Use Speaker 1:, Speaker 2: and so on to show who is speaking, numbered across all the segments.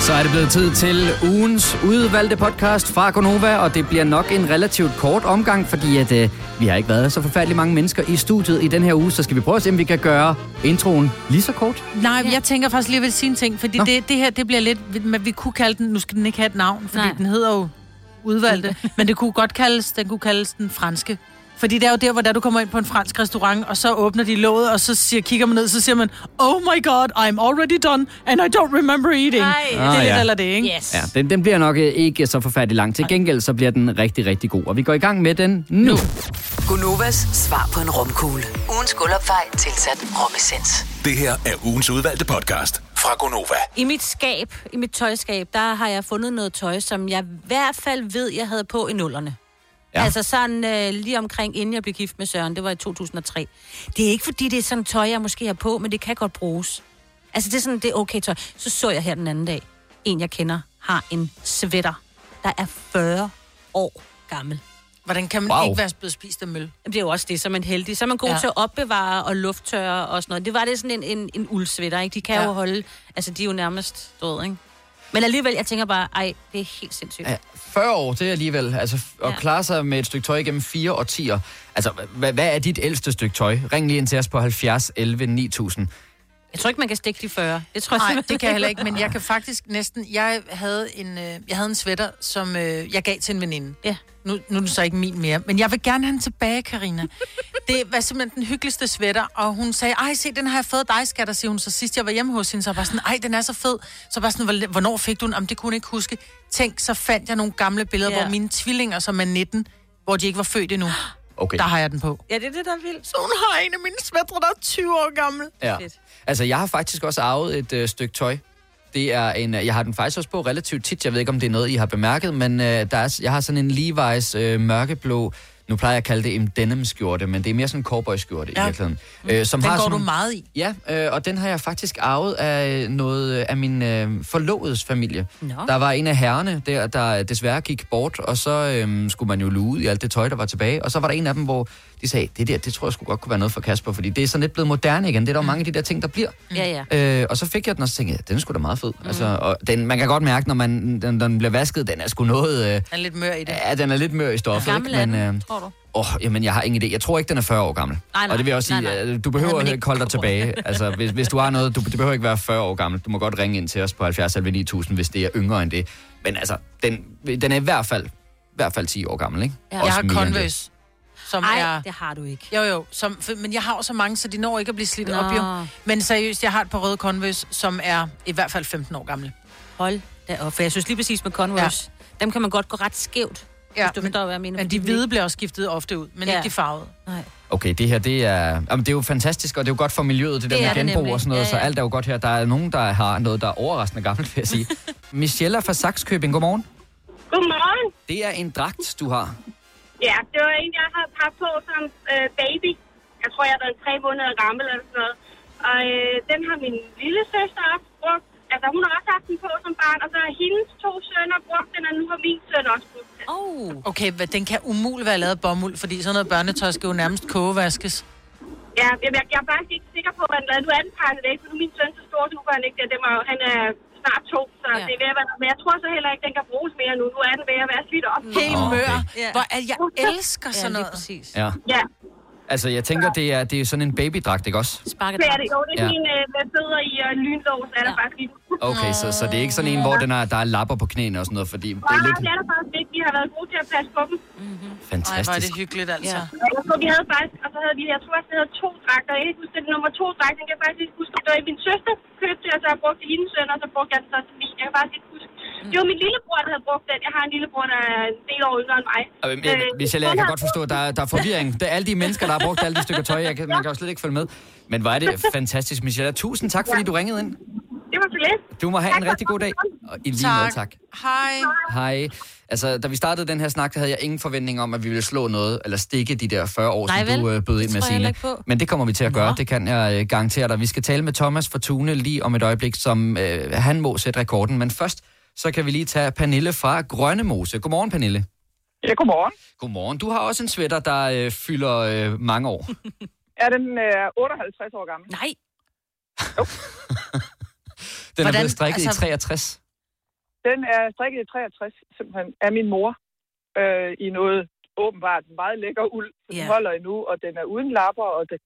Speaker 1: Så er det blevet tid til ugens udvalgte podcast fra Gonova, og det bliver nok en relativt kort omgang, fordi at, øh, vi har ikke været så forfærdelig mange mennesker i studiet i den her uge, så skal vi prøve at se, om vi kan gøre introen lige så kort.
Speaker 2: Nej, ja. jeg tænker faktisk lige at vil sige en ting, fordi
Speaker 1: Nå.
Speaker 2: det, det her det bliver lidt... Men vi kunne kalde den... Nu skal den ikke have et navn, fordi
Speaker 3: Nej.
Speaker 2: Nej. den hedder jo udvalgte. men det kunne godt kaldes, den kunne kaldes den franske. Fordi det er jo der, hvor der du kommer ind på en fransk restaurant, og så åbner de låget, og så siger, kigger man ned, så siger man, Oh my god, I'm already done, and I don't remember eating.
Speaker 3: Ej.
Speaker 2: Det er
Speaker 1: Ah,
Speaker 2: lidt
Speaker 1: ja.
Speaker 2: eller det, ikke?
Speaker 3: Yes.
Speaker 1: Ja, den, den bliver nok øh, ikke så forfærdelig lang. Til gengæld så bliver den rigtig, rigtig god, og vi går i gang med den nu.
Speaker 4: Gunovas svar på en romkugle. Ugens guldopfej tilsat romessens.
Speaker 5: Det her er ugens udvalgte podcast fra Gonova.
Speaker 3: I mit skab, i mit tøjskab, der har jeg fundet noget tøj, som jeg i hvert fald ved, jeg havde på i nullerne.
Speaker 1: Ja.
Speaker 3: Ja. Altså sådan øh, lige omkring, inden jeg blev gift med Søren. Det var i 2003. Det er ikke, fordi det er sådan tøj, jeg måske har på, men det kan godt bruges. Altså det er sådan, det er okay tøj. Så så jeg her den anden dag, en jeg kender har en sweater, der er 40 år gammel.
Speaker 2: Hvordan kan man
Speaker 1: Wow.
Speaker 2: wow. ikke være blevet spist af møl?
Speaker 3: Jamen, Det er jo også det, som man heldig. Så er man god ja.
Speaker 2: Ja.
Speaker 3: til at opbevare og lufttørre og sådan noget. Det var det sådan en, en, en uldsvitter, ikke? De kan ja.
Speaker 2: Ja.
Speaker 3: jo holde... Altså, de er jo nærmest døde, ikke? Men alligevel, jeg tænker bare, ej, det er helt sindssygt. Ja.
Speaker 6: Ja, 40 år, det er alligenvel. Altså, f- at
Speaker 3: Ja.
Speaker 6: klare sig med et stykke tøj gennem fire årtier. Altså, hvad, hvad er dit ældste stykke tøj? Ring lige ind til os på 70 11 9000.
Speaker 3: Jeg tror ikke, man kan stikke de 40. Det tror jeg
Speaker 2: Nej,
Speaker 3: simpelthen
Speaker 2: det kan jeg heller ikke, men jeg kan faktisk næsten... Jeg havde en, øh, jeg havde en sweater, som øh, jeg gav til en veninde.
Speaker 3: Ja.
Speaker 2: Nu, nu er den så ikke min mere, men jeg vil gerne have den tilbage, Karina. Det var simpelthen den hyggeligste sweater, og hun sagde, ej, se, den har jeg fået af dig, skatter, siger hun. Så sidst jeg var hjemme hos hende, så var jeg bare sådan, ej, den er så fed. Så bare sådan, "Hvor- hvornår fik du den? Om det kunne hun ikke huske. Tænk, så fandt jeg nogle gamle billeder,
Speaker 3: Ja.
Speaker 2: hvor mine tvillinger, som er 19, hvor de ikke var født endnu,
Speaker 6: Okay.
Speaker 2: der har jeg den på.
Speaker 3: Ja, det er det, der er vildt.
Speaker 2: Så hun har en af mine sweatre, der er 20 år gammel.
Speaker 6: Ja.
Speaker 3: Fedt.
Speaker 6: Altså, jeg har faktisk også arvet et øh, stykke tøj. Det er en, øh, jeg har den faktisk også på relativt tit. Jeg ved ikke, om det er noget, I har bemærket, men øh, der er, s- jeg har sådan en Levi's øh, mørkeblå, nu plejer jeg at kalde det en denim-skjorte, men det er mere sådan en cowboy-skjorte ja. i
Speaker 2: Ja.
Speaker 6: virkeligheden. Øh, som
Speaker 2: Den
Speaker 6: har
Speaker 2: går
Speaker 6: sådan,
Speaker 2: du meget i.
Speaker 6: Ja, øh, og den har jeg faktisk arvet af noget øh, af min øh, forlovedes familie.
Speaker 3: Nå.
Speaker 6: Der var en af herrerne der, der desværre gik bort, og så øh, skulle man jo luge ud i alt det tøj, der var tilbage. Og så var der en af dem, hvor de sagde, det der, det tror jeg skulle godt kunne være noget for Kasper, fordi det er sådan lidt blevet moderne igen. Det er der jo mange af de der ting, der bliver.
Speaker 3: Ja, Mm. ja.
Speaker 6: Øh, og så fik jeg den, og så tænkte jeg, den er sgu da meget fed. Mm. Altså, og den, man kan godt mærke, når man, den, den bliver vasket, den er sgu noget... Øh,
Speaker 2: Han er lidt mør i det.
Speaker 6: ja, den er lidt mør i stoffet,
Speaker 3: Gammel er
Speaker 6: ikke?
Speaker 3: den,
Speaker 6: Men, øh,
Speaker 3: tror du?
Speaker 6: Åh, oh, jamen, jeg har ingen idé. Jeg tror ikke, den er 40 år gammel.
Speaker 3: Nej, nej.
Speaker 6: og det vil jeg også sige,
Speaker 3: Nej, nej.
Speaker 6: at du behøver
Speaker 3: Jamen,
Speaker 6: ikke
Speaker 3: ikke
Speaker 6: holde dig
Speaker 3: god.
Speaker 6: tilbage. Altså, hvis, hvis du har noget, du, det behøver ikke være 40 år gammel. Du må godt ringe ind til os på 70 11 9000, hvis det er yngre end det. Men altså, den, den er i hvert fald, i hvert fald 10 år gammel, ikke?
Speaker 3: Ja.
Speaker 6: Også
Speaker 2: Jeg har
Speaker 6: mere end det.
Speaker 2: Converse, som Ej,
Speaker 3: Ej,
Speaker 2: er...
Speaker 3: det har du ikke.
Speaker 2: Jo, jo, som, for, men jeg har jo så mange, så de når ikke at blive slidt
Speaker 3: Nå.
Speaker 2: Nå. op, jo. Men seriøst, jeg har et par røde Converse, som er i hvert fald 15 år gamle.
Speaker 3: Hold da op. For jeg synes lige præcis med Converse, ja. dem kan man godt gå ret skævt. Ja, hvis du
Speaker 2: men,
Speaker 3: forstår, hvad jeg mener.
Speaker 2: men
Speaker 3: fordi
Speaker 2: de hvide bliver også skiftet ofte ud, men
Speaker 3: Ja.
Speaker 2: ja. ikke de farvede.
Speaker 3: Nej.
Speaker 6: Okay, det her, det er, jamen, det er jo fantastisk, og det er jo godt for miljøet, det der
Speaker 3: Det
Speaker 6: med
Speaker 3: er det
Speaker 6: genbrug
Speaker 3: nemlig.
Speaker 6: og sådan noget,
Speaker 3: Ja,
Speaker 6: ja, ja. så
Speaker 3: ja.
Speaker 6: alt er jo godt her. Der er nogen, der har noget, der er overraskende gammelt, vil jeg sige. Michelle fra Saxkøbing, godmorgen.
Speaker 7: Godmorgen.
Speaker 6: Det er en dragt, du har.
Speaker 7: Ja, det var en, jeg har haft på som øh, baby. Jeg tror, jeg har været tre måneder gammel eller sådan noget. Og øh, den har min lille søster også brugt. Altså, hun har også haft den på som barn, og så har hendes to sønner brugt den, og nu har min søn også brugt den.
Speaker 3: Oh.
Speaker 2: Okay, hvad, den kan umuligt være lavet af bomuld, fordi sådan noget børnetøj skal jo nærmest kogevaskes.
Speaker 7: Ja, jeg, jeg, jeg er faktisk ikke sikker på, hvad den lavede. Nu er den pakket væk, for nu er min søn så stor, så nu gør han ikke det. Dem er, jo- han er snart to, så
Speaker 3: Ja.
Speaker 7: ja. det er ved at være. Men jeg tror så heller ikke, den kan bruges mere nu. Nu er den ved at være slidt op.
Speaker 2: Helt
Speaker 6: Nå,
Speaker 2: mør.
Speaker 6: okay.
Speaker 2: Okay.
Speaker 3: Ja.
Speaker 2: Hvor er, jeg elsker
Speaker 3: Ja,
Speaker 2: sådan
Speaker 3: lige
Speaker 2: noget.
Speaker 3: præcis.
Speaker 6: Ja.
Speaker 7: Ja,
Speaker 6: Altså, jeg tænker, det er, det er sådan en babydragt, ikke også?
Speaker 3: Sparket
Speaker 7: det er det. Jo, det er
Speaker 6: Ja.
Speaker 7: ja. min øh, med fødder i og lynlås, er der
Speaker 3: Ja.
Speaker 7: faktisk lige nu.
Speaker 6: Okay, så, så det er ikke sådan en, hvor den er, der er lapper på knæene og sådan noget, fordi det
Speaker 7: Nej,
Speaker 6: er
Speaker 7: det
Speaker 6: lidt
Speaker 7: er der faktisk ikke. Vi har været gode til at passe på dem.
Speaker 2: Ej, hvor er
Speaker 6: fantastisk.
Speaker 2: det hyggeligt, altså.
Speaker 3: Ja.
Speaker 2: Ja.
Speaker 7: Jeg tror, vi havde faktisk, og så havde vi, jeg tror, at vi havde to dragter. Jeg kan ikke huske, det er nummer to dragt. Jeg kan faktisk ikke huske, det var min søster købte, og så har jeg brugt det hendes søn, og så brugte jeg den så til min. Jeg kan faktisk ikke huske. Det var min lillebror, der havde brugt den. Jeg har en lillebror, der er en del år yngre end mig.
Speaker 6: Og, men, jeg-
Speaker 7: Øh,
Speaker 6: Michelle, jeg
Speaker 7: han
Speaker 6: kan
Speaker 7: har
Speaker 6: godt forstå, at der, er- der er forvirring. Det er alle de mennesker, der har brugt alle de stykker tøj, jeg kan, man kan jo slet ikke følge med. Men hvor er det fantastisk, Michelle. Tusind tak, fordi du ringede ind.
Speaker 7: Det var så lidt.
Speaker 6: Du må have
Speaker 7: Tak
Speaker 6: en
Speaker 7: for
Speaker 6: rigtig god dag. Og I lige måde, tak.
Speaker 2: Hej.
Speaker 6: Hej. Altså, da vi startede den her snak, der havde jeg ingen forventning om, at vi ville slå noget, eller stikke de der 40 år,
Speaker 3: Nej,
Speaker 6: som du
Speaker 3: vel?
Speaker 6: øh, bød ind
Speaker 3: Det
Speaker 6: med,
Speaker 3: tror jeg
Speaker 6: Signe.
Speaker 3: heller ikke på.
Speaker 6: Men det kommer vi til at gøre, det kan jeg øh, garantere dig. Vi skal tale med Thomas fra Tune lige om et øjeblik, som øh, han må sætte rekorden. Men først, så kan vi lige tage Pernille fra Grønnemose. Godmorgen, Pernille.
Speaker 8: Ja, godmorgen.
Speaker 6: Godmorgen. Du har også en sweater, der øh, fylder øh, mange år.
Speaker 8: Er den øh, 58 år gammel?
Speaker 3: Nej,
Speaker 6: Den er
Speaker 2: Hvordan-
Speaker 6: blevet strikket
Speaker 2: altså-
Speaker 6: i 63.
Speaker 8: Den er strikket i 63, simpelthen, af min mor. Øh, I noget åbenbart meget lækker uld, som
Speaker 3: Ja.
Speaker 8: yeah. holder endnu, og den er uden lapper, og den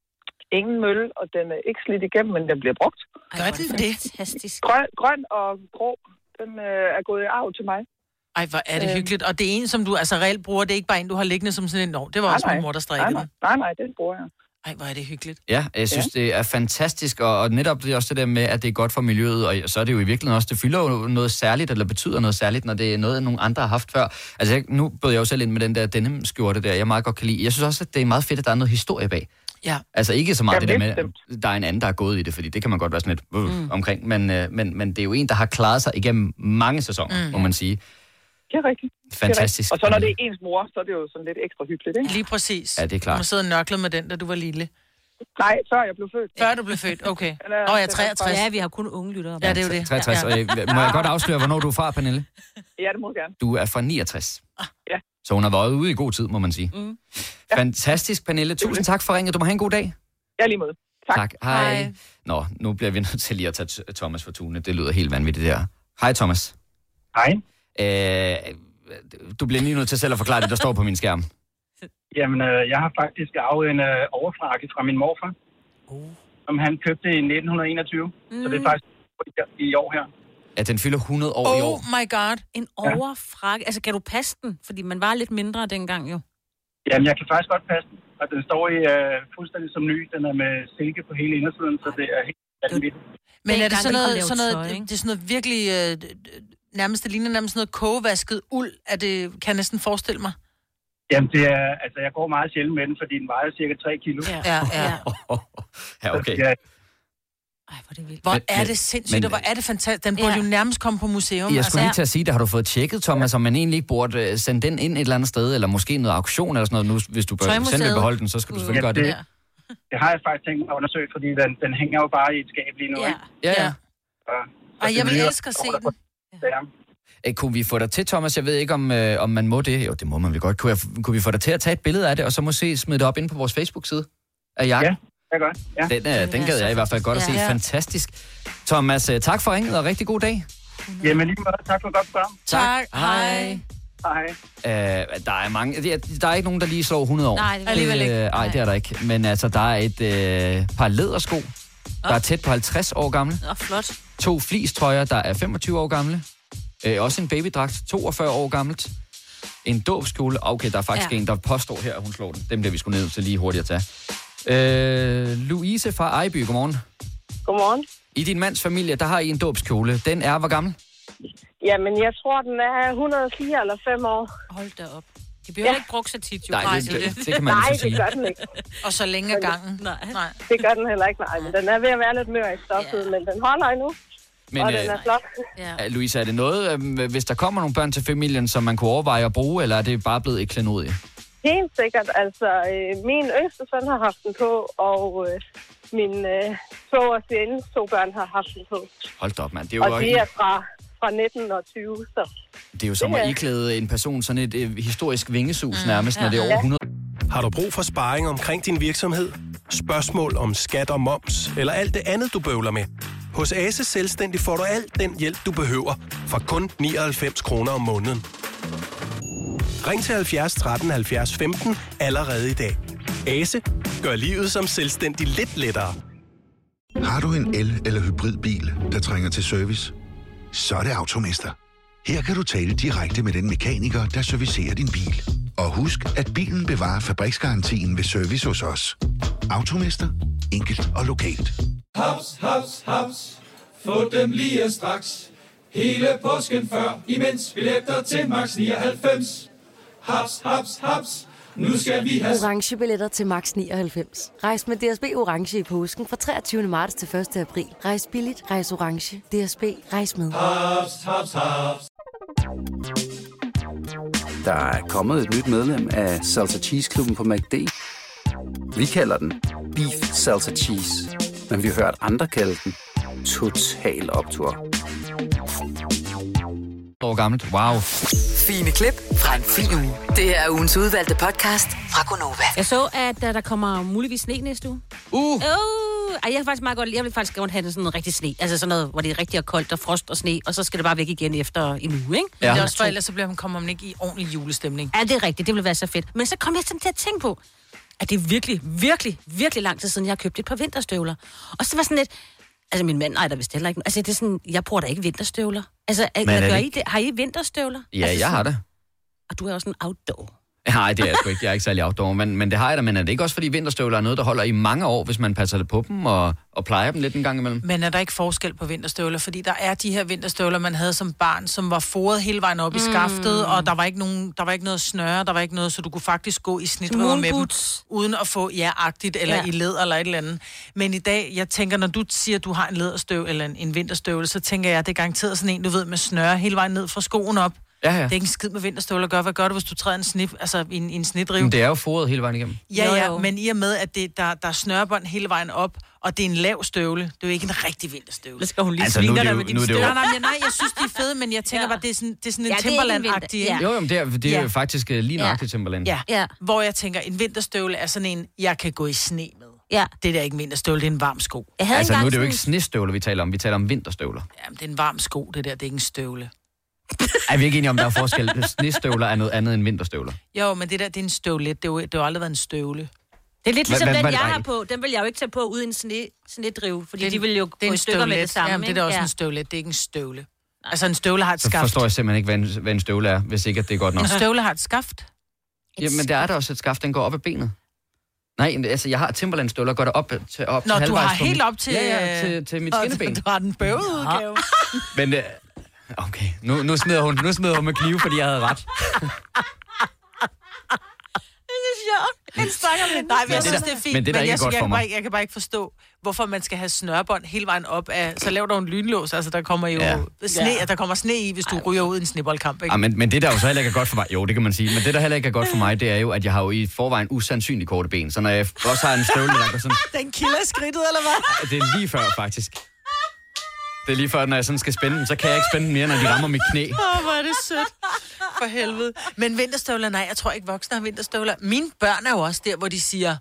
Speaker 8: ingen mølle, og den er ikke slidt igennem, men den bliver brugt.
Speaker 3: Ej,
Speaker 2: Gør
Speaker 3: hvor er
Speaker 2: den det?
Speaker 3: Fantastisk.
Speaker 8: Grøn, grøn og grå, den øh, er gået i arv til mig.
Speaker 2: Ej, hvor er det
Speaker 8: Øhm.
Speaker 2: hyggeligt. Og det er en, som du altså reelt bruger, det er ikke bare en, du har liggende som sådan en, nå, det var
Speaker 8: Nej,
Speaker 2: også min
Speaker 8: nej.
Speaker 2: mor, der
Speaker 8: Nej,
Speaker 2: strikkede
Speaker 8: nej,
Speaker 2: den.
Speaker 8: nej, nej, den bruger jeg.
Speaker 2: Ej, hvor er det hyggeligt.
Speaker 6: Ja, jeg synes, ja. det er fantastisk, og, og netop det er også det der med, at det er godt for miljøet, og så er det jo i virkeligheden også, det fylder jo noget særligt, eller betyder noget særligt, når det er noget, nogle andre har haft før. Altså, jeg, nu bød jeg jo selv ind med den der denim skjorte der, jeg meget godt kan lide. Jeg synes også, at det er meget fedt, at der er noget historie bag.
Speaker 2: Ja.
Speaker 6: Altså ikke så meget
Speaker 8: Jamen,
Speaker 6: det der
Speaker 8: det
Speaker 6: med,
Speaker 8: er
Speaker 6: at der er en anden, der er gået i det, fordi det kan man godt være sådan lidt øh, mm. omkring, men, øh, men, men det er jo en, der har klaret sig igennem mange sæsoner, mm. må man sige.
Speaker 8: Det er rigtigt. det er
Speaker 6: Fantastisk.
Speaker 8: rigtigt. Og så når det er ens mor, så er det jo sådan lidt ekstra hyggeligt, ikke?
Speaker 2: Lige præcis.
Speaker 6: Ja, det er klart.
Speaker 2: Du må sidde og nørkle med den, da du var lille.
Speaker 8: Nej, før jeg blev født.
Speaker 2: Før du blev født, okay.
Speaker 8: Den er-
Speaker 2: Nå, jeg er
Speaker 8: den er
Speaker 2: 63.
Speaker 3: Ja, vi har kun unge lyttere.
Speaker 2: Ja, det er jo det.
Speaker 6: 63.
Speaker 2: Ja.
Speaker 6: Og, øh, må jeg godt afsløre, hvornår du er fra, Pernille?
Speaker 8: Ja, det må jeg gerne.
Speaker 6: Du er fra 69.
Speaker 8: Ja.
Speaker 6: Så hun har været ude i god tid, må man sige. Mm. Fantastisk, Pernille. Tusind tak for ringet. Du må have en god dag.
Speaker 8: Jeg er lige måde. Tak.
Speaker 6: Hej.
Speaker 2: Hej.
Speaker 6: Nå, nu bliver vi nødt til lige at tage Th- Thomas for tunet. Det lyder helt vanvittigt, det her. Hej, Thomas.
Speaker 9: Hej.
Speaker 6: Øh, du bliver lige nødt til selv at forklare det, der står på min skærm.
Speaker 9: Jamen, øh, jeg har faktisk arvet en øh, overfrakke fra min morfar,
Speaker 2: Uh.
Speaker 9: som han købte i 1921. Mm. Så det er faktisk i år her.
Speaker 6: At den fylder 100 år i
Speaker 2: Oh
Speaker 6: år.
Speaker 2: my god.
Speaker 3: En overfrakke. Altså, kan du passe den? Fordi man var lidt mindre dengang jo.
Speaker 9: Jamen, jeg kan faktisk godt passe den. Og den står i øh, fuldstændig som ny. Den er med silke på hele indersiden, så det er helt vanvittigt.
Speaker 2: Men er det
Speaker 3: Dengang,
Speaker 2: sådan
Speaker 3: vi kunne
Speaker 2: noget,
Speaker 3: lave
Speaker 2: sådan noget,
Speaker 3: tøj, ikke?
Speaker 2: det er sådan noget virkelig, øh, d- d- nærmest det ligner nærmest noget kogevasket uld, at det kan jeg næsten forestille mig.
Speaker 9: Jamen, det er, altså, jeg går meget sjældent med den, fordi den vejer cirka 3 kilo.
Speaker 3: Ja.
Speaker 2: Ja, ja.
Speaker 6: Ja, okay.
Speaker 9: Ja,
Speaker 3: Ej, hvor er det vildt.
Speaker 2: Hvor
Speaker 6: Men-
Speaker 2: er
Speaker 6: men-
Speaker 2: det
Speaker 6: men-
Speaker 2: sindssygt, og hvor er det fantastisk. Den burde
Speaker 3: Ja.
Speaker 2: jo nærmest komme på museum.
Speaker 6: Jeg skulle lige
Speaker 2: altså.
Speaker 6: til at sige det. Har du fået tjekket, Thomas, om man egentlig ikke burde øh, sende den ind et eller andet sted, eller måske noget auktion eller sådan noget. Nu, hvis du bør,
Speaker 3: Tøjmuseet.
Speaker 6: selv vil beholde den, så skal du selvfølgelig
Speaker 9: Ja,
Speaker 6: gøre det.
Speaker 9: det- det har jeg faktisk tænkt mig at undersøge, fordi den, den hænger jo bare i et skab lige nu.
Speaker 3: Ja.
Speaker 9: ikke?
Speaker 6: Ja, ja.
Speaker 9: Og,
Speaker 2: Ej, jeg vil elske at se den.
Speaker 9: Ja.
Speaker 6: Øh, Kunne vi få dig til, Thomas? Jeg ved ikke, om, øh, om man må det. Jo, det må man vel godt. Kunne, jeg, kunne vi få dig til at tage et billede af det, og så måske smide det op ind på vores Facebook-side af jakken?
Speaker 9: Ja. Det er godt. Ja.
Speaker 6: Den, øh, den gad jeg i hvert fald godt at se.
Speaker 2: Ja.
Speaker 6: Fantastisk. Thomas, øh, tak for ringet, og rigtig god dag.
Speaker 9: Jamen, lige meget. Tak for et godt program.
Speaker 2: Tak. Hej.
Speaker 6: Hej.
Speaker 9: Hej.
Speaker 6: Øh, der er mange. det- Der er ikke nogen, der lige slår 100 år.
Speaker 3: Nej, det er alligevel ikke.
Speaker 6: Øh, ej, det er der ikke. Men altså, der er et øh, par lædersko, der er tæt på 50 år gamle.
Speaker 3: Nå, flot.
Speaker 6: To flistrøjer, der er 25 år gamle. Øh, også en babydragt, 42 år gammelt. En dåbskjole. Okay, der er faktisk ja.
Speaker 3: Ja.
Speaker 6: en, der påstår her, at hun slår den. Dem bliver vi sgu nødt til lige hurtigt at tage. Øh, Louise fra Ejby, godmorgen.
Speaker 7: Godmorgen.
Speaker 6: I din mands familie, der har I en dåbskjole. Den er hvor gammel?
Speaker 7: Jamen, jeg tror, den er 104 eller 5 år.
Speaker 3: Hold da op. De bliver ja. ikke brugt så tit, jo.
Speaker 6: Nej, det, det, det kan man
Speaker 7: Nej,
Speaker 6: ikke
Speaker 7: det
Speaker 6: sige.
Speaker 7: gør den ikke.
Speaker 2: Og så længe af gangen.
Speaker 3: Nej.
Speaker 2: Nej.
Speaker 7: Det gør den heller ikke. Nej, men den er ved at være lidt mør i stoffet,
Speaker 3: Ja.
Speaker 7: men den holder endnu,
Speaker 6: Men
Speaker 7: og den
Speaker 6: øh,
Speaker 7: er flot.
Speaker 3: Ja.
Speaker 6: er- Louise, er det noget, øh, hvis der kommer nogle børn til familien, som man kunne overveje at bruge, eller er det bare blevet et klenodie?
Speaker 7: Helt sikkert. Altså, øh, min yngste søn har haft den på, og øh, min øh, to og sine to børn har haft den på.
Speaker 6: Hold da op, mand. Det
Speaker 7: Og
Speaker 6: er jo,
Speaker 7: de er fra, fra 19 og 20, så
Speaker 6: det er Mm. jo som at iklæde en person sådan et øh, historisk vingesus nærmest, når det er over 100
Speaker 5: Har du brug for sparring omkring din virksomhed? Spørgsmål om skat og moms, eller alt det andet, du bøvler med? Hos Ase Selvstændig får du alt den hjælp, du behøver, for kun 99 kroner om måneden. Ring til 70 13 70 15 allerede i dag. Ase gør livet som selvstændig lidt lettere.
Speaker 10: Har du en el- eller hybridbil, der trænger til service? Så er det Automester. Her kan du tale direkte med den mekaniker, der servicerer din bil. Og husk, at bilen bevarer fabriksgarantien ved service hos os. Automester. Enkelt og lokalt.
Speaker 11: Haps, haps, haps. Få dem lige straks. Hele påsken før, imens billetter til max 99. Haps, haps, haps. Nu skal vi have
Speaker 12: Orange billetter til max 99. Rejs med DSB Orange i påsken fra 23. marts til 1. april. Rejs billigt, rejs orange. DSB, rejs med.
Speaker 11: haps, haps, haps.
Speaker 1: Der er kommet et nyt medlem af Salsa Cheese Klubben på MACD. Vi kalder den Beef Salsa Cheese, men vi har hørt andre kalde den Total Optor.
Speaker 6: år gammelt. Wow.
Speaker 4: Fine klip fra en fin uge. Det her er ugens udvalgte podcast fra Gonova.
Speaker 3: Jeg så, at øh, der kommer muligvis sne næste uge.
Speaker 6: Uh,
Speaker 3: Åh, oh, ej, jeg kan faktisk meget godt, jeg vil faktisk gerne have det sådan noget rigtig sne. Altså sådan noget, hvor det er rigtig er koldt og frost og sne, og så skal det bare væk igen efter en uge, ikke?
Speaker 2: Ja. Det er også for, ellers så bliver man, kommer man ikke i ordentlig julestemning.
Speaker 3: Ja, det er rigtigt. Det ville være så fedt. Men så kom jeg sådan til at tænke på, at det er virkelig, virkelig, virkelig lang tid siden, jeg har købt et par vinterstøvler. Og så var sådan lidt, altså min mand ejer der vist heller ikke. Altså det er sådan, jeg bruger da ikke vinterstøvler. Altså,
Speaker 6: Men
Speaker 3: Men,
Speaker 6: er det
Speaker 3: gør I
Speaker 6: ikke-
Speaker 3: det? har I vinterstøvler?
Speaker 6: Ja,
Speaker 3: altså,
Speaker 6: jeg har det.
Speaker 3: Og du er også en outdoor.
Speaker 6: Nej, det er jeg sgu ikke. Jeg er ikke særlig outdoor, men, men det har jeg da. Men er det ikke også, fordi vinterstøvler er noget, der holder i mange år, hvis man passer lidt på dem og, og plejer dem lidt en gang imellem?
Speaker 2: Men er der ikke forskel på vinterstøvler? Fordi der er de her vinterstøvler, man havde som barn, som var foret hele vejen op mm. i skaftet, og der var, ikke nogen, der var ikke noget snøre, der var ikke noget, så du kunne faktisk gå i snitrøver med dem,
Speaker 3: moonboots.
Speaker 2: uden at få ja-agtigt, eller
Speaker 3: Ja.
Speaker 2: ja. i led, eller et eller andet. Men i dag, jeg tænker, når du siger, at du har en læderstøv, eller en, en vinterstøvle, så tænker jeg, at det er garanteret sådan en, du ved, med snøre hele vejen ned fra skoen op.
Speaker 6: Ja, ja.
Speaker 2: Det er ikke en skid med vinterstøvler at gøre. Hvad gør du, hvis du træder en, snip, altså i en, i en snitrive?
Speaker 6: Men det er jo foret hele vejen igennem.
Speaker 2: Ja, jo, jo. ja, men i og med, at det, der, der er snørbånd hele vejen op, og det er en lav støvle. Det er jo ikke en rigtig vinterstøvle. Det
Speaker 3: skal hun
Speaker 6: lige Altså, nu er svine det dig jo- med dine nu er det jo- støvler.
Speaker 2: Nej, nej, men nej, jeg synes, de er fede, men jeg tænker bare, det er sådan, det er sådan en
Speaker 3: Ja,
Speaker 2: ja,
Speaker 3: det er ikke en vinter-
Speaker 2: Timberland-agtig. ikke?
Speaker 6: Jo, jo, men det er, det er
Speaker 2: Ja.
Speaker 6: jo faktisk øh, lige nøjagtigt Timberland.
Speaker 2: Ja. ja, hvor jeg tænker, en vinterstøvle er sådan en, jeg kan gå i sne med.
Speaker 3: Ja.
Speaker 2: Det der er ikke en vinterstøvle, det er en varm sko.
Speaker 3: Jeg
Speaker 6: Altså, nu er det jo ikke snestøvler, vi taler om. Vi taler om vinterstøvler.
Speaker 2: Jamen, det er en varm sko, det der, det er ikke en støvle.
Speaker 6: Er vi ikke enige om, der er forskel? Snestøvler er noget andet end vinterstøvler.
Speaker 2: Jo, men det der, det er en støvlet. Det er jo, det har jo aldrig været en støvle.
Speaker 3: Det er lidt
Speaker 6: Hva-
Speaker 3: ligesom
Speaker 6: hva-
Speaker 3: den,
Speaker 6: hva-
Speaker 3: jeg
Speaker 6: nej.
Speaker 3: har på. Den vil jeg jo ikke tage på uden sne, snedrive, fordi
Speaker 2: Det er en-
Speaker 3: de vil jo
Speaker 2: det er
Speaker 3: gå i
Speaker 2: en
Speaker 3: stykker med
Speaker 2: støvlet.
Speaker 3: det samme.
Speaker 2: Jamen, det er da
Speaker 3: ikke?
Speaker 2: også
Speaker 3: ja.
Speaker 2: en støvlet, det er ikke en støvle. Altså, en støvle har et
Speaker 6: Så
Speaker 2: skaft.
Speaker 6: forstår jeg simpelthen ikke, hvad en, hvad en støvle er, hvis ikke at det er godt nok.
Speaker 2: En støvle har et skaft.
Speaker 6: Jamen, der er der også et skaft, den går op ad benet. Nej, men altså, jeg har Timberland-støvler, går der op øh, til, op
Speaker 2: Nå,
Speaker 6: til
Speaker 2: du har
Speaker 6: halvvejs på
Speaker 2: helt
Speaker 6: mit-
Speaker 2: op til...
Speaker 6: Ja, ja, til, til mit
Speaker 2: Og
Speaker 6: skinneben.
Speaker 2: Du har den bøvede udgave.
Speaker 6: Men, øh, okay, nu, nu, smider hun, nu smider hun med knive, fordi jeg havde ret.
Speaker 2: Det er sjovt. En stakker med Nej, men
Speaker 6: Men
Speaker 2: jeg
Speaker 6: det
Speaker 2: synes,
Speaker 6: der-
Speaker 2: det er fint.
Speaker 6: men det er da
Speaker 2: jeg,
Speaker 6: ikke
Speaker 2: jeg,
Speaker 6: godt for
Speaker 2: kan
Speaker 6: mig.
Speaker 2: bare, ikke- jeg kan bare ikke forstå, hvorfor man skal have snørbånd hele vejen op af... Så laver du en lynlås, altså der kommer jo
Speaker 6: Ja.
Speaker 2: ja. sne, ja. der kommer sne i, hvis du ryger ud i en snibboldkamp, ikke?
Speaker 6: Ja, Ah, men, men det, der jo så heller ikke er godt for mig, jo, det kan man sige, men det, der heller ikke er godt for mig, det er jo, at jeg har jo i forvejen usandsynligt korte ben, så når jeg også har en støvle, der går sådan,
Speaker 2: Den kilder i skridtet, eller hvad?
Speaker 6: det er lige før, faktisk. Det er lige før, når jeg sådan skal spænde dem, så kan jeg ikke spænde dem mere, når de rammer mit knæ.
Speaker 2: Åh, hvor er det sødt. For helvede. Men vinterstøvler, nej, jeg tror ikke voksne har vinterstøvler. Mine børn er jo også der, hvor de siger,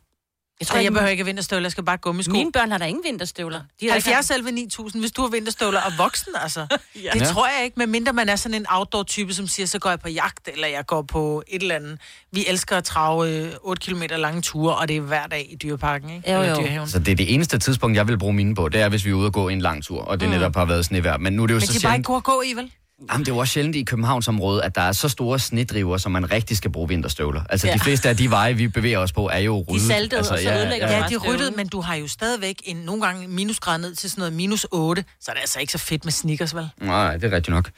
Speaker 2: jeg tror,
Speaker 3: ikke,
Speaker 2: jeg behøver ikke vinterstøvler, jeg skal bare gummisko.
Speaker 3: Mine børn har da ingen vinterstøvler.
Speaker 2: De
Speaker 3: har da ikke
Speaker 2: 70 selv 9000, hvis du har vinterstøvler og voksen, altså. ja. Det
Speaker 3: Ja.
Speaker 2: tror jeg ikke, medmindre man er sådan en outdoor-type, som siger, så går jeg på jagt, eller jeg går på et eller andet. Vi elsker at trage øh, 8 km lange ture, og det er hver dag i dyreparken, ikke?
Speaker 3: Jo,
Speaker 2: Eller
Speaker 3: jo.
Speaker 2: dyrehaven.
Speaker 6: Så det er det eneste tidspunkt, jeg vil bruge mine på, det er, hvis vi er ude og gå en lang tur, og det
Speaker 2: Mm.
Speaker 6: netop har været snevejr. Men nu er det jo
Speaker 2: Men
Speaker 6: så
Speaker 2: de er bare ikke
Speaker 6: sjældent,
Speaker 2: gode at gå i, vel?
Speaker 6: jamen, det er jo også sjældent i Københavnsområdet, at der er så store snedriver, som man rigtig skal bruge vinterstøvler. Altså, ja. de
Speaker 2: Ja.
Speaker 6: fleste af de veje, vi bevæger os på, er jo ryddet. altså,
Speaker 2: Ja, de ryddede, men du har jo stadigvæk en, nogle gange minusgrad ned til sådan noget minus 8, så er det altså ikke så fedt med sneakers, vel?
Speaker 6: Nej, det er rigtigt nok.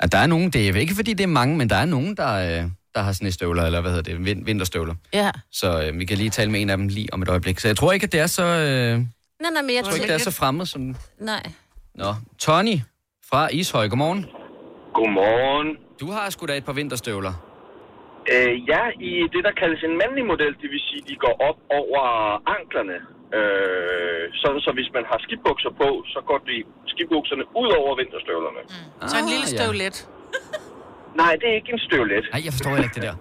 Speaker 6: At der er nogen, det er ikke fordi det er mange, men der er nogen, der, øh, der har snestøvler, eller hvad hedder det, vin- vinterstøvler.
Speaker 3: Ja.
Speaker 6: Så øh, vi kan lige tale med en af dem lige om et øjeblik. Så jeg tror ikke, at det er så, øh,
Speaker 3: Nej, nej, men jeg
Speaker 6: jeg tror ikke, det er så fremmed som...
Speaker 3: Nej.
Speaker 6: Nå, Tony fra Ishøj, godmorgen.
Speaker 13: Godmorgen.
Speaker 6: Du har sgu da et par vinterstøvler.
Speaker 13: Øh, ja, i det, der kaldes en mandlig model, det vil sige, de går op over anklerne. Øh, sådan så hvis man har skibukser på, så går de skibukserne ud over vinterstøvlerne. Mm.
Speaker 2: Så en lille støvlet.
Speaker 13: Nej, det er ikke en støvlet.
Speaker 6: Ah, Nej, jeg forstår heller ikke det der.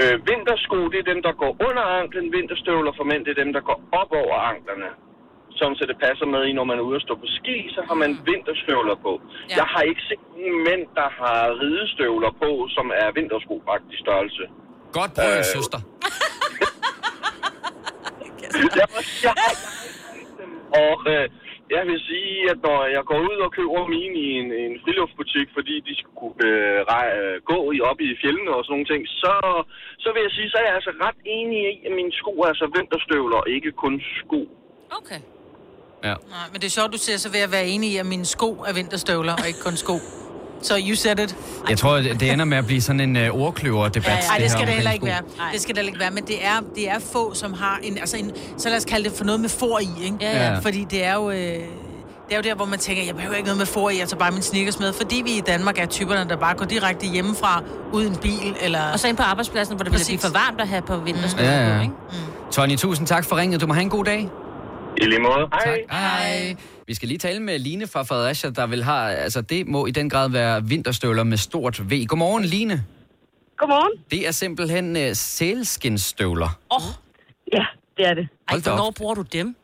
Speaker 13: Øh, vintersko, det er dem, der går under anklen. Vinterstøvler for mænd, det er dem, der går op over anklerne. Sådan så det passer med i, når man er ude og stå på ski, så har man vinterstøvler på. Ja. Jeg har ikke set nogen mænd, der har ridestøvler på, som er vintersko faktisk størrelse.
Speaker 6: Godt prøvet, øh, søster.
Speaker 13: jeg, jeg, og øh, jeg vil sige, at når jeg går ud og køber mine i en, en friluftsbutik, fordi de skulle kunne øh, rej- øh, gå i, op i fjellene og sådan nogle ting, så, så vil jeg sige, så er jeg altså ret enig i, at mine sko er altså vinterstøvler, og ikke kun sko.
Speaker 2: Okay.
Speaker 6: Ja.
Speaker 2: Nej, men det er sjovt, du siger, så vil jeg være enig i, at mine sko er vinterstøvler, og ikke kun sko. Så you said it.
Speaker 6: Jeg tror, det det ender med at blive sådan en øh, ordkløver-debat.
Speaker 2: Nej, det,
Speaker 6: her
Speaker 2: det skal det
Speaker 6: omkring
Speaker 2: heller ikke
Speaker 6: sko.
Speaker 2: være. Det skal det heller ikke være, men det er, det er få, som har en, altså en, så lad os kalde det for noget med for i, ikke?
Speaker 6: Ja, ja.
Speaker 2: Fordi det er jo... Øh, det er jo der, hvor man tænker, jeg behøver ikke noget med for i, jeg tager bare min sneakers med, fordi vi i Danmark er typerne, der bare går direkte hjemmefra, uden bil, eller...
Speaker 3: Og så ind på arbejdspladsen, hvor det ville blive for varmt at have på vinterstøvler.
Speaker 6: Ja, ja.
Speaker 3: på,
Speaker 6: Mm. Tony, tusind tak for ringet. Du må have en god dag.
Speaker 13: I lige måde. Hej.
Speaker 7: Øh,
Speaker 6: Hej. Vi skal lige tale med Line fra Fredericia, der vil have, altså det må i den grad være vinterstøvler med stort V. Godmorgen, Line.
Speaker 14: Godmorgen.
Speaker 6: Det er simpelthen uh, sælskinstøvler.
Speaker 3: Åh, oh.
Speaker 14: ja, det er det.
Speaker 3: Ej,
Speaker 6: Hold da
Speaker 3: hvornår
Speaker 6: op.
Speaker 3: bruger du dem?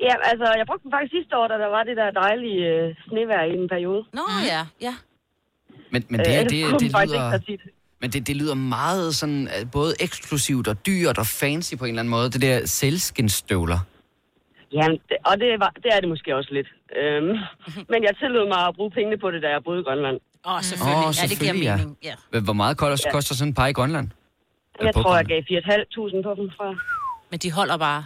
Speaker 7: Ja, altså, jeg brugte den faktisk sidste år, da der var det der dejlige øh, snevejr i en periode.
Speaker 3: Nå ja, ja.
Speaker 6: Men, men
Speaker 7: Øh,
Speaker 6: det, her,
Speaker 7: ellers
Speaker 6: det,
Speaker 7: kunne
Speaker 6: det,
Speaker 7: den
Speaker 6: det
Speaker 7: faktisk
Speaker 6: lyder...
Speaker 7: ikke så tit.
Speaker 6: Men det, det lyder meget sådan, øh, både eksklusivt og dyrt og fancy på en eller anden måde. Det der selskinstøvler.
Speaker 7: Ja, og det, var, det er det måske også lidt. Øhm, men jeg tillod mig at bruge pengene på det, da jeg boede i Grønland.
Speaker 3: Åh, oh,
Speaker 6: selvfølgelig. Åh, Ja, det giver selvfølgelig, ja. mening,
Speaker 3: Ja.
Speaker 6: H- Hvor meget koster,
Speaker 7: Ja.
Speaker 6: koster sådan en par i Grønland?
Speaker 7: Jeg
Speaker 6: på
Speaker 7: tror, jeg gav 4.500 på dem, tror jeg.
Speaker 3: Men de holder bare.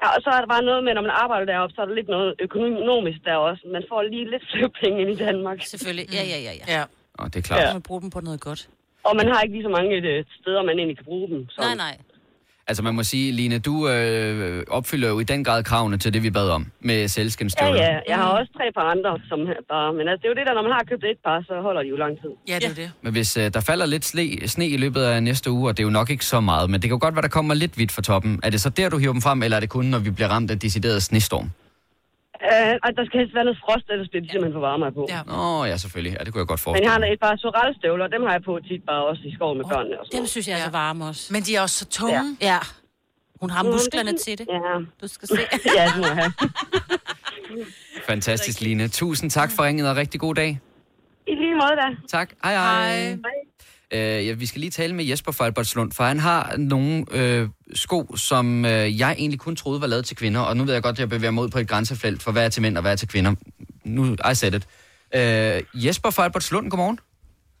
Speaker 7: Ja, og så er der bare noget med, når man arbejder deroppe, så er der lidt noget økonomisk der også. Man får lige lidt flere penge end i Danmark.
Speaker 3: Selvfølgelig, ja, ja, ja. ja.
Speaker 2: ja.
Speaker 6: Åh, det er
Speaker 7: klart. Ja.
Speaker 3: Man bruger dem på noget godt.
Speaker 7: Og man har ikke lige så mange øh, steder, man egentlig kan bruge dem. Så.
Speaker 3: Nej, nej.
Speaker 6: Altså man må sige, Line, du øh, opfylder jo i den grad kravene til det, vi bad om med
Speaker 7: Ja,
Speaker 6: selskinstøvler.
Speaker 7: ja. Jeg har også tre par andre, som bare... Men altså, det er jo det der, når man har købt et par, så holder de jo lang tid.
Speaker 2: Ja, det er ja. det.
Speaker 6: Men hvis øh, der falder lidt sne, sne i løbet af næste uge, og det er jo nok ikke så meget, men det kan jo godt være, der kommer lidt vidt fra toppen. Er det så der, du hiver dem frem, eller er det kun, når vi bliver ramt af decideret snestorm?
Speaker 7: Øh, og der skal helst være noget frost, ellers bliver de simpelthen for varme at have på. Ja.
Speaker 6: Åh, oh, ja, selvfølgelig. Ja, det kunne jeg godt
Speaker 7: Men jeg
Speaker 6: forestille
Speaker 7: har et par sorelstøvler, dem har jeg på tit bare også i skoven med børnene. Og sådan.
Speaker 3: Dem synes jeg er så varme også.
Speaker 2: Men de er også så tunge.
Speaker 3: Ja. Hun har
Speaker 7: Nå, men det
Speaker 3: musklerne
Speaker 7: synes-
Speaker 3: til det.
Speaker 7: Ja.
Speaker 3: Du skal se.
Speaker 7: ja, det må jeg have.
Speaker 6: mig. Fantastisk, Line. Tusind tak for ringet, og rigtig god dag.
Speaker 7: I lige måde da.
Speaker 6: Tak. Hej, hej. Øh, ja, vi skal lige tale med Jesper fra Albertslund, for han har nogle øh, sko, som øh, jeg egentlig kun troede var lavet til kvinder, og nu ved jeg godt, at jeg bevæger mig ud på et grænsefelt for hvad er til mænd og hvad er til kvinder. Nu, I said it. Øh, Jesper fra Albertslund, godmorgen.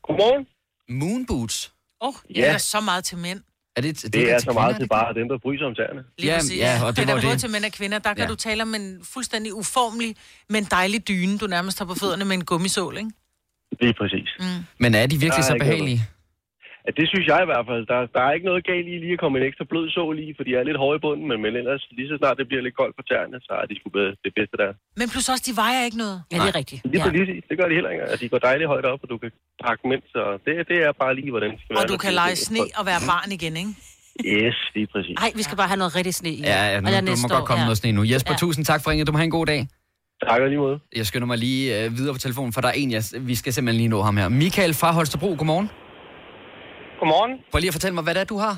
Speaker 13: Godmorgen.
Speaker 6: Moonboots.
Speaker 2: Åh, oh,
Speaker 13: Ja.
Speaker 2: ja. det er så meget til mænd.
Speaker 6: Er det,
Speaker 13: Det er
Speaker 6: da
Speaker 13: så meget
Speaker 6: kvinder,
Speaker 13: til bare dem, der fryser om tæerne.
Speaker 2: Lige præcis. det
Speaker 13: var
Speaker 2: der både til mænd og kvinder, der kan
Speaker 13: Ja.
Speaker 2: du tale om en fuldstændig uformelig, men dejlig dyne, du nærmest har på fødderne med en gummisål, ikke?
Speaker 13: Lige præcis.
Speaker 2: Mm.
Speaker 6: Men er de virkelig
Speaker 13: Der
Speaker 6: så
Speaker 13: ikke
Speaker 6: behagelige?
Speaker 13: noget- Ja, det synes jeg i hvert fald. Der, der er ikke noget galt i lige at komme en ekstra blød sål i, for de er lidt hårde i bunden, men, men ellers lige så snart det bliver lidt koldt på tæerne, så er de sgu bedre, det bedste der. er.
Speaker 2: Men plus også, de vejer ikke noget.
Speaker 3: Ja, det er rigtigt.
Speaker 13: Lige præcis, det gør de heller ikke. Og de går dejligt højt op, og du kan pakke dem ind, så det, det er bare lige, hvordan det skal være.
Speaker 2: Og du
Speaker 13: når
Speaker 2: kan
Speaker 13: det er
Speaker 2: lege
Speaker 13: koldt.
Speaker 2: sne og være barn igen, ikke?
Speaker 13: Yes, lige præcis.
Speaker 3: Nej, vi skal bare have noget rigtig sne i.
Speaker 6: Ja, ja
Speaker 3: Og
Speaker 6: nu,
Speaker 3: der er
Speaker 6: der du må
Speaker 3: næste
Speaker 6: godt
Speaker 3: år,
Speaker 6: komme
Speaker 3: ja.
Speaker 6: noget sne nu. Jesper,
Speaker 3: Ja.
Speaker 6: ja. tusind tak for ringet. Du må have en god dag.
Speaker 13: Tak og lige måde.
Speaker 6: Jeg skynder mig lige øh, videre på telefonen, for der er en, jeg, vi skal simpelthen lige nå ham her. Michael fra Holstebro, godmorgen.
Speaker 15: Godmorgen.
Speaker 6: Prøv lige at fortælle mig, hvad det er, du har.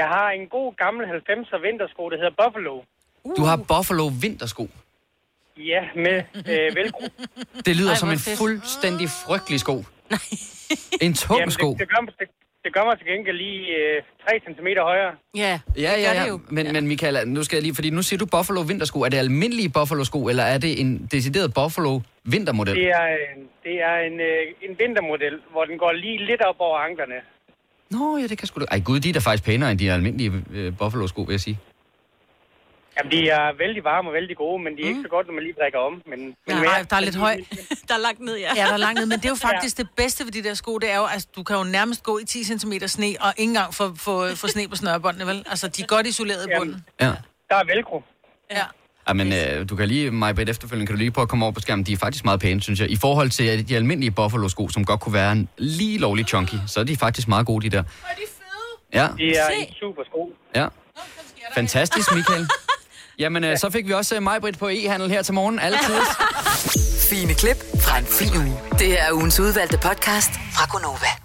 Speaker 15: Jeg har en god gammel 90'er vintersko, der hedder Buffalo.
Speaker 6: Uh. Du har Buffalo vintersko.
Speaker 15: Ja, med øh, velcro.
Speaker 6: Det lyder Ej, som en fedt. fuldstændig frygtelig sko. en tung
Speaker 15: Jamen,
Speaker 6: sko.
Speaker 15: Det, det, gør, mig- det, det gør mig til gengæld lige øh, 3 cm højere.
Speaker 3: Ja,
Speaker 6: Ja, ja, ja. Men, men Michael, nu skal jeg lige, fordi nu siger du Buffalo vintersko. Er det almindelige Buffalo sko, eller er det en decideret Buffalo vintermodel?
Speaker 15: Det er, øh, det er en, øh, en vintermodel, hvor den går lige lidt op over anklerne.
Speaker 6: Nå, ja, det kan sgu da... Ej gud, de er da faktisk pænere end de almindelige øh, Buffalo sko, vil jeg sige.
Speaker 15: Jamen, de er vældig varme og vældig gode, men de er
Speaker 2: Mm.
Speaker 15: ikke så godt, når man lige drikker om. Men, men
Speaker 2: Nej, der er lidt høj.
Speaker 3: Der er langt ned, ja.
Speaker 2: Ja, der er langt ned, men det er jo faktisk det bedste ved de der sko, det er jo, altså, du kan jo nærmest gå i 10 cm sne, og ikke engang få, få, få sne på snørbåndene, vel? Altså, de er godt isoleret i bunden.
Speaker 6: Ja.
Speaker 15: Der er velcro.
Speaker 2: Ja.
Speaker 6: Ej, men øh, du kan lige, mig Britt, efterfølgende kan du lige prøve at komme over på skærmen. De er faktisk meget pæne, synes jeg. I forhold til øh, de almindelige Buffalo-sko, som godt kunne være en lige lovlig chunky, så er de faktisk meget gode, de der. Ja.
Speaker 15: De er en super sko.
Speaker 6: Ja. Fantastisk, Michael. Jamen, øh, så fik vi også øh, Majbrit på e-handel her til morgen, altid.
Speaker 4: Fine klip fra en fin uge. Det her er ugens udvalgte podcast fra Gonova.